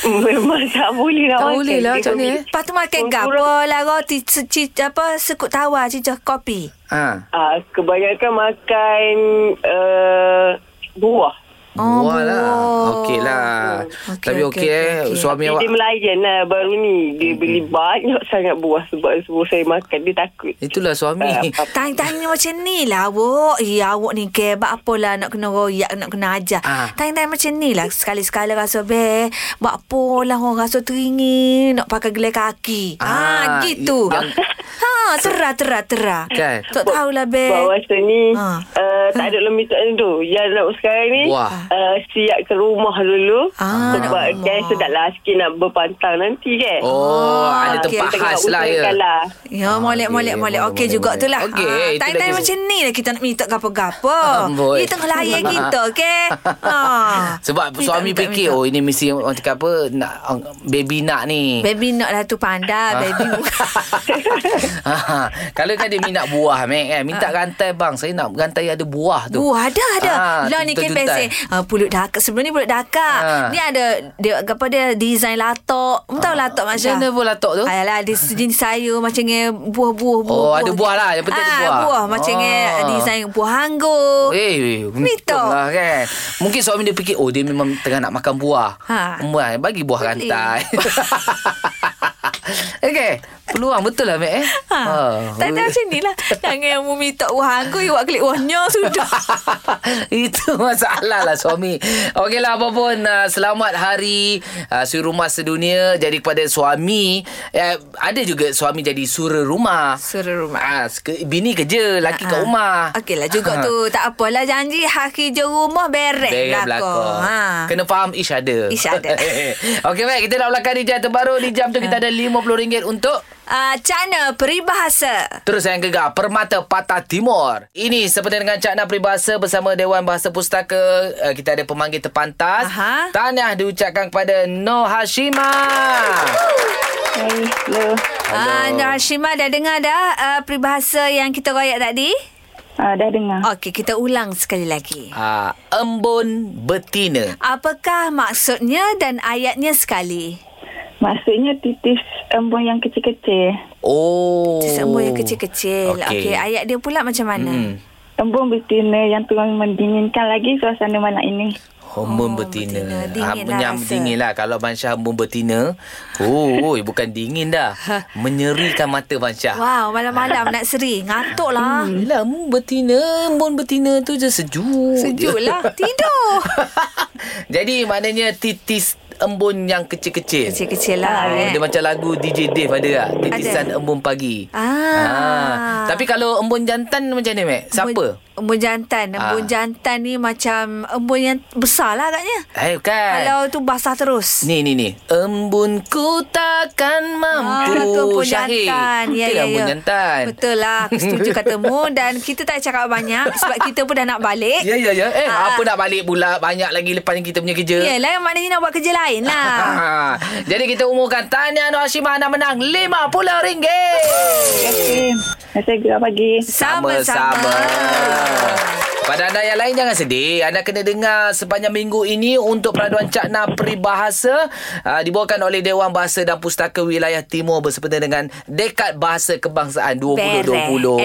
S6: Memang tak boleh nak
S2: Tak
S6: makan
S2: boleh lah
S6: Dia
S2: macam ni,
S6: memilih.
S2: eh.
S1: Lepas tu makan
S6: Orang
S1: gapo lah roti seci, apa sekut tawar cicah kopi.
S2: Ha.
S6: Ah, kebanyakan makan uh, buah.
S1: Oh,
S2: Buah lah.
S1: buah.
S2: Okey lah.
S1: Okey,
S2: Tapi
S1: okey,
S2: okey eh.
S1: okey, okey.
S2: Suami awak.
S6: Dia melayan lah baru ni. Dia beli banyak sangat buah sebab sebelum saya makan dia takut.
S2: Itulah suami.
S6: Ah, apa-
S1: Tanya-tanya macam ni lah awak. Ya awak ni ke buat apalah nak kena royak, nak kena ajar.
S2: Ah.
S1: Tanya-tanya macam ni lah. Sekali-sekala rasa be, buat apalah orang rasa teringin nak pakai gelai kaki.
S2: Ah,
S1: Ah, gitu.
S2: yang-
S1: ha, terah, terah, terah.
S2: Kan?
S1: Tak tahulah be.
S6: Bawa masa ni eh,
S1: Ah.
S6: uh, tak ada lebih tak ada tu. Yang nak sekarang ni
S2: Buah.
S6: uh, siap ke rumah dulu.
S1: Ah. Ah, nak-
S8: Sebab kan sedaplah sikit nak berpantang nanti kan.
S2: Oh,
S1: Ah,
S2: ada
S1: okey.
S2: tempat
S8: Kita
S2: khas
S8: tengah
S2: lah ya.
S8: usahakan lah.
S1: Ya, molek, molek, molek. Okey
S2: molek,
S1: juga
S2: molek.
S1: tu lah.
S2: Okey, itu dah
S1: Time-time
S2: kisah.
S1: macam ni lah kita nak minta gapa-gapa.
S2: Amboi.
S1: Ni tengah layan kita, okey? Ha.
S2: Sebab
S1: Minta,
S2: suami
S1: minta,
S2: fikir
S1: minta.
S2: Oh ini mesti orang cakap apa nak, Baby nak ni
S1: Baby nak lah tu
S2: Ah.
S1: pandai, baby bukan.
S2: ha, kalau kan dia minat buah mek kan minta rantai bang saya nak rantai ada buah tu
S1: Wah, Ha. ada ada.
S2: Ah,
S1: lah ni kan pesen.
S2: tuntutan.
S1: Uh, pulut dakak. Sebelum ni pulut
S2: Ah. Ah.
S1: dakak. Ni ada dia apa dia design latok. Mu tahu latok
S2: macam
S1: macam
S2: mana pun latok tu
S1: Ayolah dia sejenis sayur macam ni buah-buah buah.
S2: Oh, ada buah lah. Yang penting ada buah.
S1: buah macam ni
S2: Ah.
S1: design buah anggur.
S2: Eh,
S1: Mitok.
S2: untung lah kan. Mungkin suami dia fikir, oh dia memang tengah nak makan buah.
S1: Ha.
S2: Muai, bagi buah
S1: Boleh.
S2: rantai. Okey, peluang betul lah, Mek. Eh?
S1: Ha. Tak ada macam ni lah. Jangan yang mu minta wah anggur, awak klik wahnya sudah.
S2: Itu masalah lah suami Okeylah apa pun uh, Selamat hari uh, Suri rumah sedunia Jadi kepada suami uh, Ada juga suami jadi suri rumah
S1: Suruh rumah.
S2: Ah, ke, bini kerja Laki kat
S1: Ha-ha.
S2: rumah Ha.
S1: Okeylah ah. Ha. lah, juga tu. Tak apalah janji hak kerja rumah beres
S2: Beres belakang.
S1: Ha.
S2: Kena faham ish ada.
S1: Ish ada. Ha.
S2: Okey baik, kita nak belakang di jam terbaru. Di jam tu kita ada RM50 untuk
S1: Uh, Cana peribahasa.
S2: Terus yang gegar Permata Patah Timur Ini seperti dengan Cakna Peribahasa Bersama Dewan Bahasa Pustaka Eh, Kita ada pemanggil terpantas
S1: Aha.
S2: Tahniah diucapkan kepada No Hashima
S8: Hai, hello.
S1: Ah, Nur Hashimah dah dengar dah uh, peribahasa yang kita royak tadi?
S8: Ah, dah dengar.
S1: Okey, kita ulang sekali lagi.
S2: ah, Embun Betina
S1: Apakah maksudnya dan ayatnya sekali?
S8: Maksudnya titis embun yang kecil-kecil.
S2: Oh
S1: Semua yang kecil-kecil.
S2: Okey.
S1: Okey, ayat dia pula macam mana?
S2: Hmm.
S8: Embun betina yang turun mendinginkan lagi suasana malam ini.
S2: Embun
S1: Oh,
S2: betina.
S1: betina. Dingin
S2: Ah,
S1: lah
S2: menyam
S1: rasa.
S2: dingin lah. Kalau Bansyah embun betina, oh, bukan dingin dah.
S1: Ha.
S2: Menyerikan mata Bansyah.
S1: Wow, malam-malam nak seri. Ngantuk lah.
S2: Yelah, embun betina, embun betina tu je sejuk.
S1: Sejuk
S2: je.
S1: lah. Tidur.
S2: Jadi maknanya titis embun yang kecil-kecil.
S1: Kecil-kecil lah.
S2: Oh,
S1: eh.
S2: dia macam lagu DJ Dave ada tak? Titisan embun pagi.
S1: Ah.
S2: Tapi kalau embun jantan macam ni, Mek? Siapa?
S1: Embun- Embun jantan. Embun
S2: Ah.
S1: jantan ni macam embun yang besar lah agaknya.
S2: Eh, bukan.
S1: Kalau tu basah terus.
S2: Ni ni ni Embun ku takkan mampu
S1: Ah, tu embun
S2: Syahir.
S1: jantan. Ya,
S2: Betul lah
S1: ya,
S2: embun
S1: ya.
S2: jantan
S1: Betul lah. Aku setuju katamu. Dan kita tak cakap banyak sebab kita pun dah nak balik.
S2: Ya ya ya Eh
S1: Ah, Ya,
S2: apa
S1: ah.
S2: nak balik pula Banyak lagi lepas ni kita punya kerja
S1: Yelah, maknanya nak buat kerja lain lah.
S2: Ah. Jadi kita umumkan Tahniah Nur Hashimah Anda menang RM50 é
S7: é
S8: Terima kasih. Saya gerak pagi.
S1: Sama-sama.
S2: Pada anda yang lain jangan sedih. Anda kena dengar sepanjang minggu ini untuk peraduan cakna peribahasa uh, dibawakan oleh Dewan Bahasa dan Pustaka Wilayah Timur bersempena dengan Dekad Bahasa Kebangsaan 2020.
S1: Beres.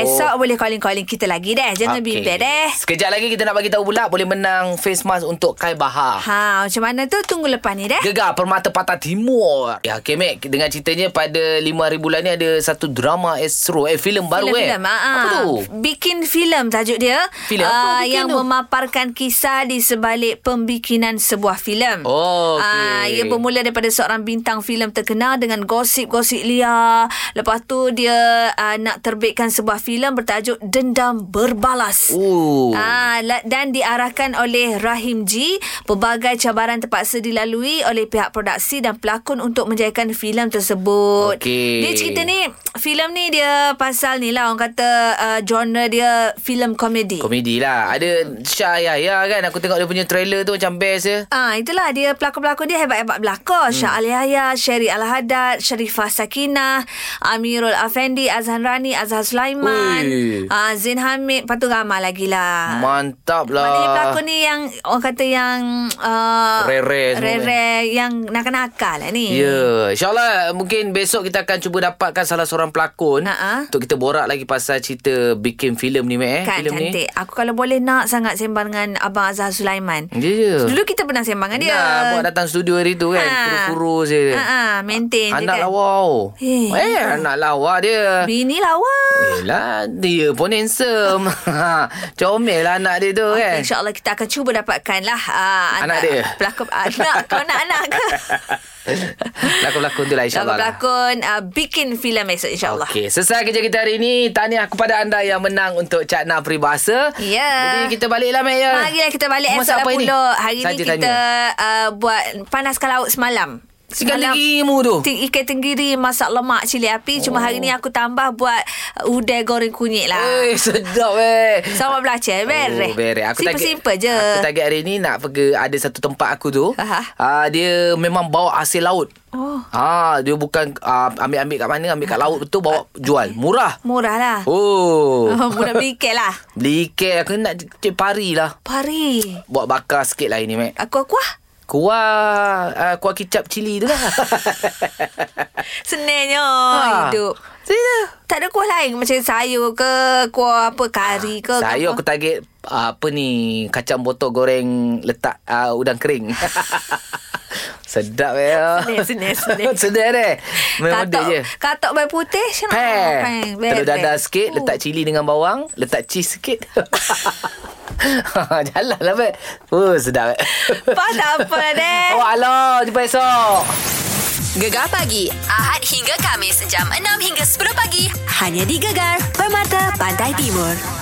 S1: eh. Esok boleh calling-calling kita lagi deh. Jangan
S2: Okey.
S1: bimbel deh.
S2: Sekejap lagi kita nak bagi tahu pula boleh menang face mask untuk Kai Bahar.
S1: Ha, macam mana tu? Tunggu lepas ni deh.
S2: Gegar Permata Patah Timur. Ya, okay, Mac. Dengan ceritanya pada 5 hari bulan ni ada satu drama Astro. Eh, filem baru eh.
S1: Filem-filem, ah, ah.
S2: Apa tu?
S1: Bikin filem tajuk dia.
S2: Filem apa
S1: ah,
S2: bikin
S1: yang
S2: tu?
S1: memaparkan kisah di sebalik pembikinan sebuah filem.
S2: Oh, okey.
S1: Ah, ia bermula daripada seorang bintang filem terkenal dengan gosip-gosip liar. Lepas tu dia ah, nak terbitkan sebuah filem bertajuk Dendam Berbalas.
S2: Oh.
S1: Ah, la- dan diarahkan oleh Rahim G. Pelbagai cabaran terpaksa dilalui oleh pihak produksi dan pelakon untuk menjadikan filem tersebut.
S2: Okey.
S1: Dia cerita ni, filem ni dia pasal ni lah orang kata uh, genre dia filem komedi.
S2: Komedi lah Ada Syah Yahya kan Aku tengok dia punya trailer tu Macam best eh. je
S1: Ah, itulah dia pelakon-pelakon dia hebat-hebat belakon. Hmm. Syah Alihaya, Sherry Al-Haddad, Sharifah Sakinah, Amirul Afendi, Azhan Rani, Azhar Sulaiman,
S2: Ui.
S1: ah, Zain Hamid, patu ramai lagi lah.
S2: Mantap lah
S1: Maknanya pelakon ni yang orang kata yang uh,
S2: Rare-rare semua kan.
S1: rare yang nakal-nakal lah ni.
S2: Ya yeah. InsyaAllah Mungkin besok kita akan Cuba dapatkan Salah seorang pelakon
S1: Ha-ha.
S2: Untuk kita borak lagi Pasal cerita Bikin filem ni Mek eh
S1: ah. Kan
S2: filem
S1: cantik. Aku kalau boleh nak sangat sembang dengan Abang Azhar Sulaiman.
S2: ni Ya yeah.
S1: Dulu kita pernah sembang dengan dia.
S2: Nah, buat datang studio hari tu kan
S1: Ha.
S2: Kurus-kurus je dia.
S1: Ha, ha, maintain
S2: Anak
S1: je kan.
S2: lawa oh.
S1: Eh.
S2: Eh, anak lawa dia
S1: Bini lawa.
S2: Yelah Dia pun handsome Comel lah anak dia tu kan
S1: Okay, InsyaAllah kita akan cuba dapatkan lah uh,
S2: Anak dia?
S1: Pelakon anak Kau nak anak ke?
S2: Pelakon-pelakon tu lah insyaAllah lah.
S1: Pelakon-pelakon uh, bikin filem esok insyaAllah
S2: Okey, selesai kerja kita hari ini. Tahniah kepada anda yang menang untuk Cakna Peribahasa.
S1: Ya.
S2: Jadi kita baliklah Mek ya.
S1: Marilah kita balik
S2: Masak
S1: esok
S2: apa
S1: lah
S2: ini?
S1: pula. Hari ni
S2: Saja
S1: kita
S2: tanya.
S1: uh, buat panaskan laut semalam.
S2: Ikan tenggirimu tu.
S1: Ti- Ikan tenggiri masak lemak cili api. Oh. Cuma hari ni aku tambah buat uh, udai goreng kunyit lah.
S2: Oi, sedap weh.
S1: Sama belacan. Bereh.
S2: Oh, bereh. Aku target-
S1: Simple-simple je.
S2: Aku target hari ni nak pergi ada satu tempat aku tu.
S1: Aha.
S2: Uh, dia memang bawa hasil laut.
S1: Oh.
S2: Ah, dia bukan uh, ambil-ambil kat mana, ambil kat laut betul bawa jual. Murah.
S1: Murah lah.
S2: Oh.
S1: Oh. Murah berikat lah.
S2: Beli kek aku nak cik pari lah.
S1: Pari.
S2: Buat bakar sikit lah ini, Mek.
S1: Aku aku lah.
S2: Kuah, uh, kuah kicap cili tu lah.
S1: Senangnya
S2: Ah.
S1: Oh, hidup. Tak ada kuah lain macam sayur ke, kuah apa, kari ke. ke
S2: Saya
S1: apa?
S2: aku target uh, apa ni kacang botol goreng letak uh, udang kering. Sedap ya.
S1: Sedih, sedih, sedih.
S2: Sedap eh. Memang ada
S1: katok,
S2: je.
S1: Katok baik putih. Siapa?
S2: Peh. Telur
S1: Oh.
S2: dadar sikit, letak cili dengan bawang, letak cheese sikit. Jalan lah, Bet. Oh, sedap, Bet.
S1: Pas Uh, apa deh.
S2: Oh, alah. Jumpa esok.
S9: Gegar pagi Ahad hingga Kamis jam 6 hingga 10 pagi hanya di Gegar Permata Pantai Timur.